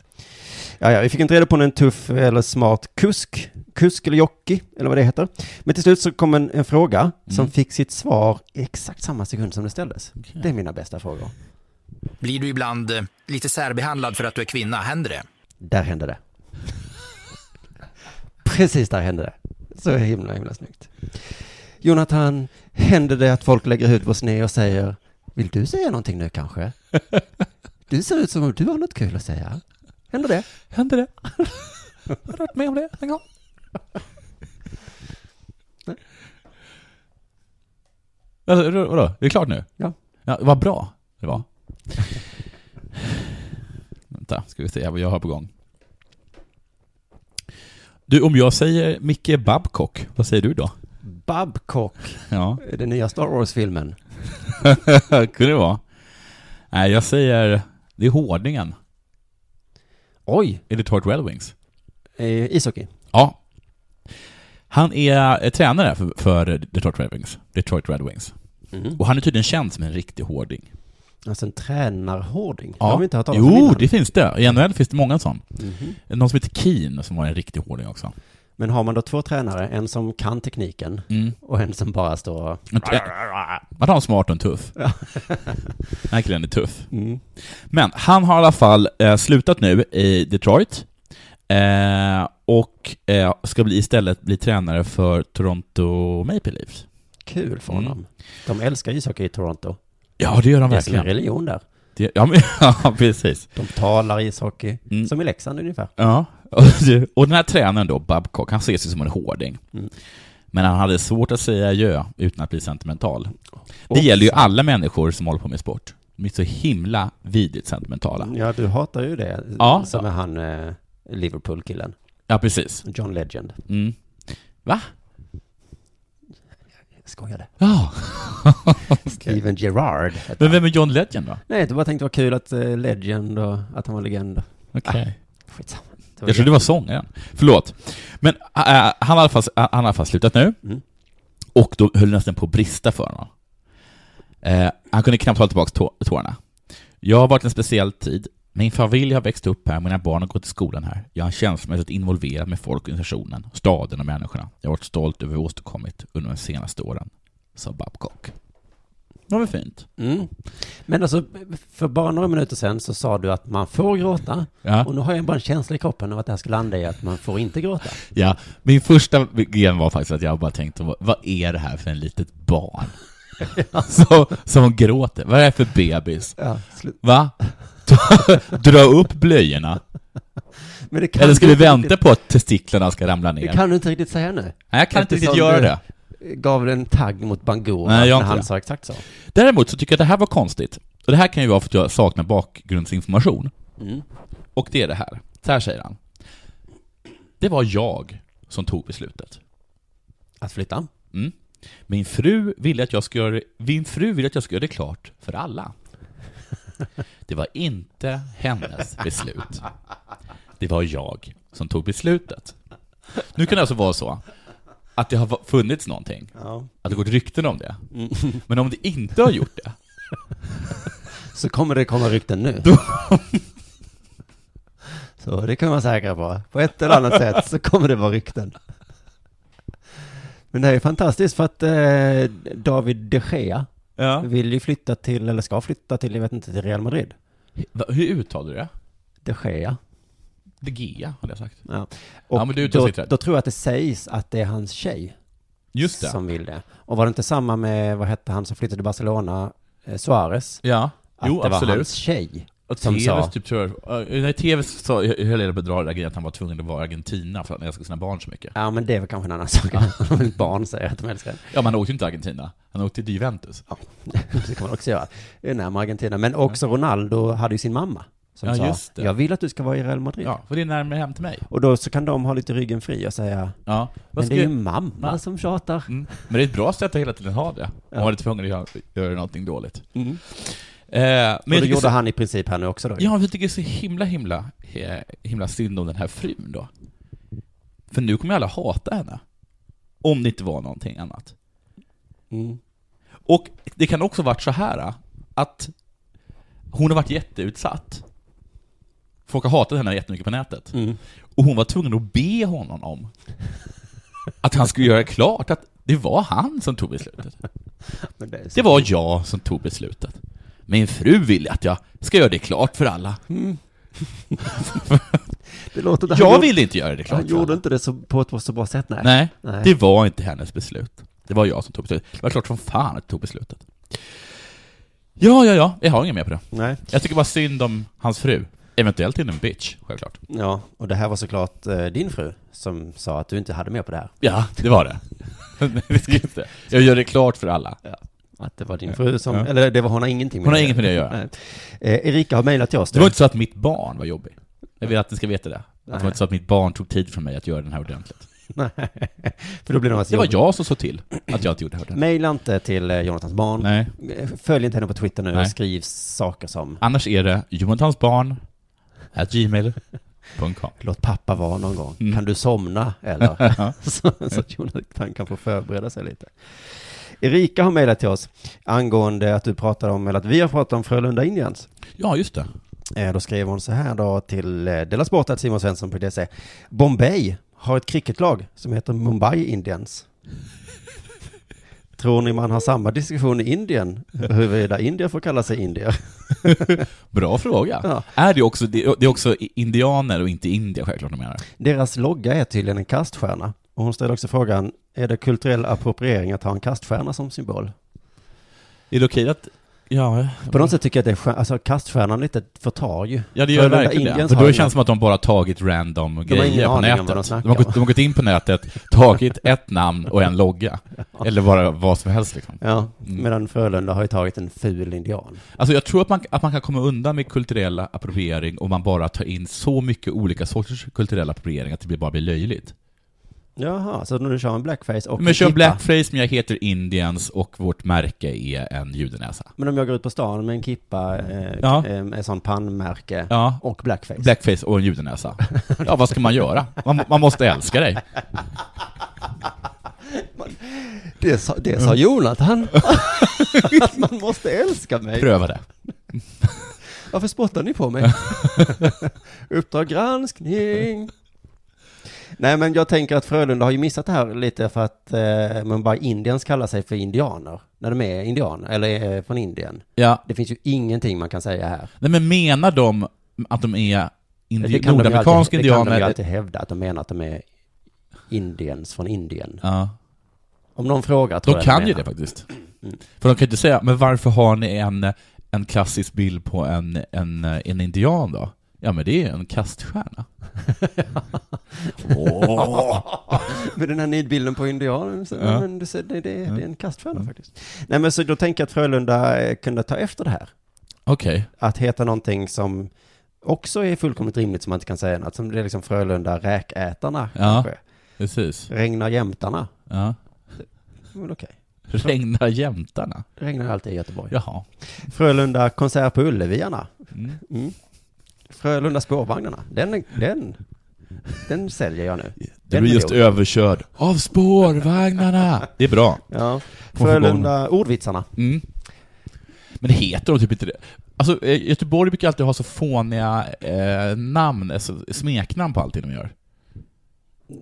Speaker 8: Ja, ja, vi fick inte reda på om en tuff eller smart kusk, kusk eller jockey, eller vad det heter. Men till slut så kom en, en fråga
Speaker 12: Mm.
Speaker 8: som fick sitt svar i exakt samma sekund som det ställdes. Det är mina bästa frågor.
Speaker 12: Blir du ibland eh, lite särbehandlad för att du är kvinna? Händer det?
Speaker 8: Där hände det. Precis där hände det. Så himla, himla snyggt. Jonathan, händer det att folk lägger huvudet på sned och säger Vill du säga någonting nu kanske? Du ser ut som om du har något kul att säga. Händer det?
Speaker 9: Händer det? Har du varit med om det en gång? Alltså, vadå? Det är klart nu?
Speaker 8: Ja.
Speaker 9: ja vad bra det var. Vänta, ska vi se vad jag har på gång. Du, om jag säger Micke Babcock, vad säger du då?
Speaker 8: Babcock,
Speaker 9: [laughs] Ja.
Speaker 8: den nya Star Wars-filmen.
Speaker 9: Kunde det vara. Nej, jag säger... Det är Hårdingen.
Speaker 8: Oj!
Speaker 9: Är det Tart Red Wings?
Speaker 8: Eh, ishockey.
Speaker 9: Ja. Han är eh, tränare för, för Detroit Red Wings. Detroit Red Wings.
Speaker 8: Mhm.
Speaker 9: Och han är tydligen känd som en riktig hårding.
Speaker 8: Alltså en tränarhårding. Det har vi inte hört talas om
Speaker 9: Jo,
Speaker 8: innan.
Speaker 9: det finns det. I NHL finns det många sån.
Speaker 8: Mhm.
Speaker 9: Någon som heter Keen som var en riktig hårding också.
Speaker 8: Men har man då två tränare, en som kan tekniken
Speaker 9: Mm.
Speaker 8: och en som bara står och...
Speaker 9: En trä- Man har en smart och en tuff.
Speaker 8: Ja.
Speaker 9: Den här killen är tuff.
Speaker 8: Mm.
Speaker 9: Men han har i alla fall eh, slutat nu i Detroit. Eh, och eh, ska bli, istället bli tränare för Toronto Maple Leafs.
Speaker 8: Kul för honom. De älskar ishockey i Toronto.
Speaker 9: Ja, det gör de
Speaker 8: Det är som
Speaker 9: verkligen.
Speaker 8: en religion där.
Speaker 9: Det, ja, men, [laughs] ja, precis.
Speaker 8: De talar ishockey, som i Leksand ungefär.
Speaker 9: Ja, och, och den här tränaren då, Babcock, han ses ju som en hårding. Men han hade svårt att säga adjö utan att bli sentimental. Det
Speaker 8: Och-
Speaker 9: gäller ju alla människor som håller på med sport. De är så himla vidrigt sentimentala.
Speaker 8: Ja, du hatar ju det.
Speaker 9: Ja.
Speaker 8: Som är han eh, Liverpool-killen.
Speaker 9: Ja, precis.
Speaker 8: John Legend.
Speaker 9: Mm. Va?
Speaker 8: Jag skojade.
Speaker 9: Ja.
Speaker 8: Steven Gerrard. heter
Speaker 9: Men
Speaker 8: han.
Speaker 9: vem är John Legend då?
Speaker 8: Nej, jag bara tänkte det var kul att eh, Legend och att han var legend.
Speaker 9: Okej.
Speaker 8: Ah, skitsamma.
Speaker 9: Jag trodde det var sångaren. Förlåt. Men äh, han har i alla fall- han har i alla fall slutat nu. Och då höll det nästan på att brista för honom. Eh, han kunde knappt hålla tillbaka tå- tårarna. Jag har varit en speciell tid. Min familj har växt upp här, mina barn har gått i skolan här. Jag har känslomässigt involverad med folk, organisationen, staden och människorna. Jag har varit stolt över vad jag åstadkommit under de senaste åren, sa Babcock. Det var väl fint?
Speaker 8: Mm. Men alltså, för bara några minuter sedan så sa du att man får gråta.
Speaker 9: Ja.
Speaker 8: Och nu har jag bara en känsla i kroppen av att det här ska landa i att man får inte gråta.
Speaker 9: Ja, min första gren var faktiskt att jag bara tänkte, vad- vad är det här för en litet
Speaker 8: [laughs]
Speaker 9: barn? som, som gråter. Vad är det för bebis?
Speaker 8: Ja, slut.
Speaker 9: Va? Dra upp blöjorna.
Speaker 8: Men det kan
Speaker 9: Eller ska vi
Speaker 8: du inte
Speaker 9: vänta
Speaker 8: riktigt-
Speaker 9: på att testiklarna ska ramla ner?
Speaker 8: Det kan du inte riktigt säga nu. Nej,
Speaker 9: jag kan inte riktigt göra det.
Speaker 8: gav en tagg mot Bangor
Speaker 9: Nej, jag har
Speaker 8: när
Speaker 9: inte
Speaker 8: han
Speaker 9: det.
Speaker 8: sa exakt så.
Speaker 9: Däremot så tycker jag att det här var konstigt. Och det här kan ju vara för att jag saknar bakgrundsinformation.
Speaker 8: Mm.
Speaker 9: Och det är det här. Så här säger han. Det var jag som tog beslutet.
Speaker 8: Att flytta?
Speaker 9: Mm. Min fru ville att jag skulle göra det, min fru ville att jag skulle göra det klart för alla. Det var inte hennes beslut. Det var jag som tog beslutet. Nu kan det alltså vara så att det har funnits någonting.
Speaker 8: Ja. Mm.
Speaker 9: Att det gått rykten om det. Men om det inte har gjort det,
Speaker 8: Så kommer det komma rykten nu. [laughs] så det kan man vara säkra på. På ett eller annat sätt så kommer det vara rykten. Men det här är ju fantastiskt för att eh, David de Gea
Speaker 9: Ja.
Speaker 8: vill ju flytta till, eller ska flytta till, jag vet inte, till Real Madrid.
Speaker 9: Va- hur uttalar du det?
Speaker 8: De Gea.
Speaker 9: Det Gea, hade jag sagt.
Speaker 8: Ja.
Speaker 9: Ja,
Speaker 8: Och
Speaker 9: men du uttalar
Speaker 8: då,
Speaker 9: sitt rätt.
Speaker 8: då tror jag att det sägs att det är hans tjej
Speaker 9: Just det.
Speaker 8: som vill det. Och var det inte samma med, vad hette han som flyttade till Barcelona, eh, Suarez?
Speaker 9: Ja.
Speaker 8: Att
Speaker 9: Jo,
Speaker 8: det var
Speaker 9: absolut.
Speaker 8: hans tjej
Speaker 9: Och
Speaker 8: som
Speaker 9: TV
Speaker 8: sa-
Speaker 9: typ tror jag, eh, nej, TV sa, jag höll reda på att dra det där grejen att han var tvungen att vara i Argentina för att han älskade sina barn så mycket.
Speaker 8: Ja, men det är väl kanske en annan sak. [laughs] Om ett barn säger att de älskar en.
Speaker 9: Ja, men han åkte ju inte till Argentina. Han åkte till Juventus.
Speaker 8: [laughs] Det kan man också göra. Det är närmare Argentina. Men också Ronaldo hade ju sin mamma. Som
Speaker 9: Ja,
Speaker 8: sa,
Speaker 9: just det.
Speaker 8: jag vill att du ska vara i Real Madrid.
Speaker 9: Ja, för det är närmare hem till mig.
Speaker 8: Och då så kan de ha lite ryggen fri och säga,
Speaker 9: Ja.
Speaker 8: men det är ju mamma som tjatar.
Speaker 9: Mm. Men det är ett bra sätt att hela tiden ha det. Om man är tvungen att göra, göra någonting dåligt.
Speaker 8: Mm.
Speaker 9: Eh, men
Speaker 8: och det gjorde
Speaker 9: så,
Speaker 8: han i princip här nu också då.
Speaker 9: Ja, jag tycker så himla, himla, eh, himla synd om den här frun då. För nu kommer ju alla hata henne. Om det inte var någonting annat.
Speaker 8: Mm.
Speaker 9: Och det kan också varit så här eh, att hon har varit jätteutsatt. Folk har hatat henne jättemycket på nätet. Och hon var tvungen att be honom om [laughs] att han skulle göra klart att det var han som tog beslutet.
Speaker 8: Men det är så-
Speaker 9: Det var jag som tog beslutet. Min fru ville att jag ska göra det klart för alla.
Speaker 8: Det låter- han
Speaker 9: jag
Speaker 8: gjorde-
Speaker 9: ville inte göra det klart
Speaker 8: Han
Speaker 9: för alla.
Speaker 8: gjorde inte det så, på ett så bra sätt, nej.
Speaker 9: Nej, det var inte hennes beslut. Det var jag som tog beslutet. Det var klart som fan att jag tog beslutet. Ja, ja, ja. Jag har inget mer på det.
Speaker 8: Nej.
Speaker 9: Jag tycker bara synd om hans fru. Eventuellt är hon en bitch, självklart.
Speaker 8: Ja, och det här var såklart eh, din fru som sa att du inte hade med på det här.
Speaker 9: Ja, det var det. [laughs] Men vi ska inte. Jag gör det klart för alla.
Speaker 8: Att det var din fru som,
Speaker 9: Ja.
Speaker 8: eller det var hon har ingenting med
Speaker 9: Hon har
Speaker 8: det
Speaker 9: inget med det att göra.
Speaker 8: Nej. Eh, Erika har mejlat till oss.
Speaker 9: Det var inte så att mitt barn var jobbig. Jag vill att ni ska veta det. Att det
Speaker 8: Nej.
Speaker 9: var inte så att mitt barn tog tid från mig att göra den här ordentligt.
Speaker 8: Nej, för då blir det
Speaker 9: det
Speaker 8: något
Speaker 9: var
Speaker 8: jobbigt.
Speaker 9: jag som såg till att jag inte gjorde det här ordentligt.
Speaker 8: Mejla inte till eh, Jonathans barn.
Speaker 9: Nej.
Speaker 8: Eh, Följ inte henne på Twitter nu
Speaker 9: Nej. Ah.
Speaker 8: och skriv saker som
Speaker 9: Annars är det jonathans gmail.com.
Speaker 8: låt pappa vara någon gång.
Speaker 9: Mm.
Speaker 8: Kan du somna
Speaker 9: [laughs]
Speaker 8: eller? [laughs] så, så att Jonathan kan få förbereda sig lite. Erika har mejlat till oss angående att du pratade om, eller att vi har pratat om Frölunda Indians.
Speaker 9: Ja, just det.
Speaker 8: Eh, Då skrev hon så här då till eh, delasport.simonsvensson.se Bombay har ett cricketlag som heter Mumbai Indians. Tror ni man har samma diskussion i Indien? Huruvida indier får kalla sig indier?
Speaker 9: Bra fråga.
Speaker 8: Ja.
Speaker 9: Är det, också, det det är också indianer och inte indier självklart de menar.
Speaker 8: Deras logga är tydligen en kaststjärna. Och hon ställer också frågan, är det kulturell appropriering att ha en kaststjärna som symbol?
Speaker 9: Är det okej att... Ja,
Speaker 8: På något sätt tycker jag att det är skönt, alltså kaststjärnan är lite förtar ju.
Speaker 9: Ja det
Speaker 8: För
Speaker 9: gör
Speaker 8: den där
Speaker 9: verkligen det.
Speaker 8: Indiens
Speaker 9: För
Speaker 8: har
Speaker 9: då
Speaker 8: ju-
Speaker 9: känns det som att de bara tagit random
Speaker 8: har ingen
Speaker 9: grejer på
Speaker 8: aning om
Speaker 9: nätet.
Speaker 8: vad de
Speaker 9: De,
Speaker 8: snackar
Speaker 9: har,
Speaker 8: om.
Speaker 9: gått- de har gått in på nätet, tagit ett namn och en logga. Eller bara vad som helst liksom.
Speaker 8: Ja, medan Frölunda har ju tagit en ful indian.
Speaker 9: Alltså jag tror att man, att man kan komma undan med kulturell appropriering om man bara tar in så mycket olika sorters kulturell appropriering att det blir- bara blir löjligt.
Speaker 8: Jaha, så när du kör en blackface och
Speaker 9: Men jag kör
Speaker 8: kippa.
Speaker 9: blackface men jag heter Indians och vårt märke är en judenäsa.
Speaker 8: Men om jag går ut på stan med en kippa, eh,
Speaker 9: Ja.
Speaker 8: eh, en sån pannmärke
Speaker 9: Ja.
Speaker 8: och blackface.
Speaker 9: Blackface och en judenäsa. Ja, vad ska man göra? Man, man måste älska dig.
Speaker 8: Det sa, det
Speaker 9: Mm.
Speaker 8: sa
Speaker 9: [laughs]
Speaker 8: Jonathan. att man måste älska mig.
Speaker 9: Pröva det.
Speaker 8: Varför spottar ni på
Speaker 9: [laughs]
Speaker 8: mig? Uppdrag granskning. Nej men jag tänker att Frölunda har ju missat det här lite för att eh, man bara Indiens kallar sig för indianer. När de är indianer, eller eh, från Indien.
Speaker 9: Ja.
Speaker 8: Det finns ju ingenting man kan säga här.
Speaker 9: Nej, men menar de att de är
Speaker 8: Det
Speaker 9: indi-
Speaker 8: kan de ju
Speaker 9: nordamerikanska
Speaker 8: alltid- Det kan de ju
Speaker 9: indianer?
Speaker 8: alltid hävda, att de menar att de är indiens från Indien.
Speaker 9: Ja.
Speaker 8: Om någon frågar tror
Speaker 9: De
Speaker 8: jag
Speaker 9: kan
Speaker 8: de
Speaker 9: ju
Speaker 8: menar.
Speaker 9: det faktiskt.
Speaker 8: Mm.
Speaker 9: För de kan ju inte säga, men varför har ni en, en klassisk bild på en, en, en indian då? Ja, men det är ju en kaststjärna. Åh.
Speaker 8: Med den här nidbilden på indianen, så,
Speaker 9: Ja.
Speaker 8: men du ser, det, det, det är en kaststjärna
Speaker 9: Mm.
Speaker 8: faktiskt. Nej men så då tänker jag att Frölunda eh, kunde ta efter det här.
Speaker 9: Okej.
Speaker 8: Att heta någonting som också är fullkomligt rimligt som man inte kan säga annat, som det är liksom Frölunda räkätarna
Speaker 9: Ja,
Speaker 8: kanske.
Speaker 9: precis.
Speaker 8: Regnar jämtarna.
Speaker 9: Ja.
Speaker 8: Men okej.
Speaker 9: Regnar jämtarna?
Speaker 8: Det regnar alltid i Göteborg.
Speaker 9: Jaha.
Speaker 8: Frölunda konsert på Ulleviarna.
Speaker 9: Mm.
Speaker 8: Mm. Frölunda spårvagnarna. Den, den, den säljer jag nu.
Speaker 9: Du är
Speaker 8: Den
Speaker 9: just
Speaker 8: miljonen.
Speaker 9: överkörd av spårvagnarna. [laughs] Det är bra.
Speaker 8: Ja.
Speaker 9: Får få igång
Speaker 8: Frölunda ordvitsarna.
Speaker 9: Mm. Men heter de typ inte det? Alltså, eh, Göteborg brukar alltid ha så fåniga eh, namn, alltså, smeknamn på allting de gör.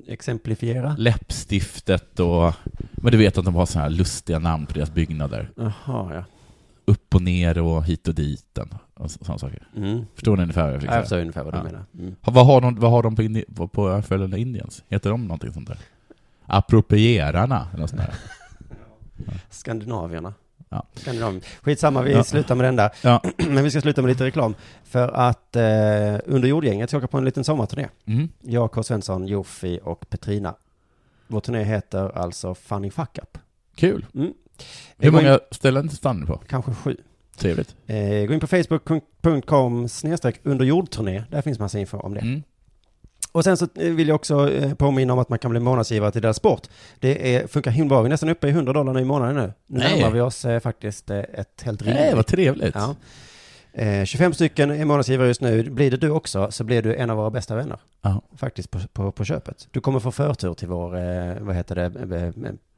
Speaker 8: Exemplifiera.
Speaker 9: Läppstiftet och... Men du vet att de har sådana här lustiga namn på deras byggnader.
Speaker 8: Jaha, ja.
Speaker 9: Upp och ner och hit och diten och så- sådana saker.
Speaker 8: Mm.
Speaker 9: Förstår ni ungefär vad jag
Speaker 8: Ja,
Speaker 9: fick
Speaker 8: jag förstår ungefär vad du menar. Mm.
Speaker 9: Ha- Vad har de, vad har de på, Indi- på- på Frölunda Indians? Heter de någonting sånt där? Approprierarna, eller något [laughs] sånt där.
Speaker 8: Skandinavierna.
Speaker 9: Ja.
Speaker 8: Skandinavien. Skitsamma, vi
Speaker 9: Ja.
Speaker 8: slutar med den där.
Speaker 9: Ja.
Speaker 8: [clears throat] Men vi ska sluta med lite reklam. För att eh, under jordgänget ska åka på en liten sommarturné.
Speaker 9: Mm.
Speaker 8: Jag, K. Svensson, Jofi och Petrina. Vår turné heter alltså Funny Fuck Up.
Speaker 9: Kul.
Speaker 8: Mm.
Speaker 9: Hur
Speaker 8: Eh, gå in-
Speaker 9: många ställen stannar ni på?
Speaker 8: Kanske sju.
Speaker 9: Trevligt.
Speaker 8: Eh, gå in på facebook.com snedstreck under jordturné. Där finns massa info om det.
Speaker 9: Mm.
Speaker 8: Och sen så eh, vill jag också eh, påminna om att man kan bli månadsgivare till deras sport. Det är, funkar himla bra. Vi är nästan uppe i 100 dollar nu i månaden nu. Nu
Speaker 9: Nej.
Speaker 8: närmar vi oss eh, faktiskt eh, ett helt rimligt.
Speaker 9: Nej, vad trevligt.
Speaker 8: Ja. Eh, 25 stycken är månadsgivare just nu. Blir det du också så blir du en av våra bästa vänner.
Speaker 9: Ja.
Speaker 8: Faktiskt på, på, på köpet. Du kommer få förtur till vår, eh, vad heter det, eh, eh,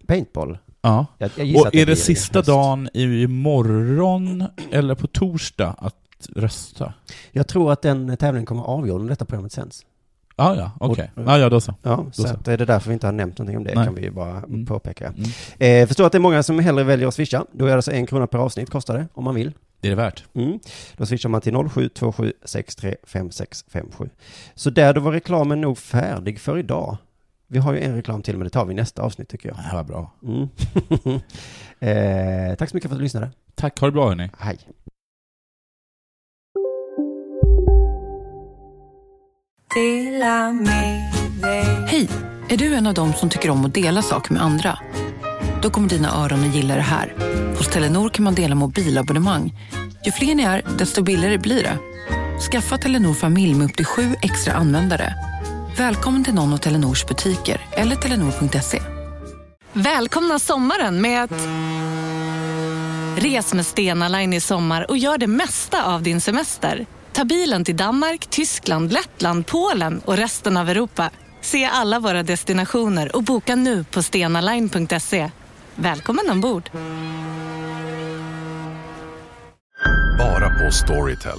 Speaker 8: paintball.
Speaker 9: Ja.
Speaker 8: Jag, jag gissar
Speaker 9: och
Speaker 8: att
Speaker 9: är det
Speaker 8: blir i
Speaker 9: sista
Speaker 8: höst.
Speaker 9: dagen i morgon eller på torsdag att rösta?
Speaker 8: Jag tror att den eh, tävlingen kommer avgöra om detta programmet sänds.
Speaker 9: Ah, ja, okej. Ah, ja, då så.
Speaker 8: Ja,
Speaker 9: då
Speaker 8: så
Speaker 9: så.
Speaker 8: att eh, det är därför vi inte har nämnt någonting om det,
Speaker 9: Nej.
Speaker 8: kan vi ju bara påpeka.
Speaker 9: Mm.
Speaker 8: Eh, förstår att det är många som hellre väljer att swisha. Då är det alltså en krona per avsnitt kostar det, om man vill.
Speaker 9: Det är det värt.
Speaker 8: Mm. Då swishar man till 0727635657. Så där då var reklamen nog färdig för idag. Vi har ju en reklam till, men det tar vi i nästa avsnitt tycker jag.
Speaker 9: Ja, Ah, vad bra.
Speaker 8: Mm. [laughs] eh, tack så mycket för att du lyssnade.
Speaker 9: Tack, ha det bra hörni.
Speaker 8: Hej.
Speaker 14: Hej! Är du en av dem som tycker om att dela saker med andra? Då kommer dina öron att gilla det här. Hos Telenor kan man dela mobilabonnemang. Ju fler ni är, desto billigare blir det. Skaffa Telenor familj med upp till sju extra användare. Välkommen till någon av Telenors butiker eller telenor.se.
Speaker 10: Välkomna sommaren med att... Res med Stena Line i sommar och gör det mesta av din semester. Ta bilen till Danmark, Tyskland, Lettland, Polen och resten av Europa. Se alla våra destinationer och boka nu på stenaline.se. Välkommen ombord!
Speaker 15: Bara på Storytel.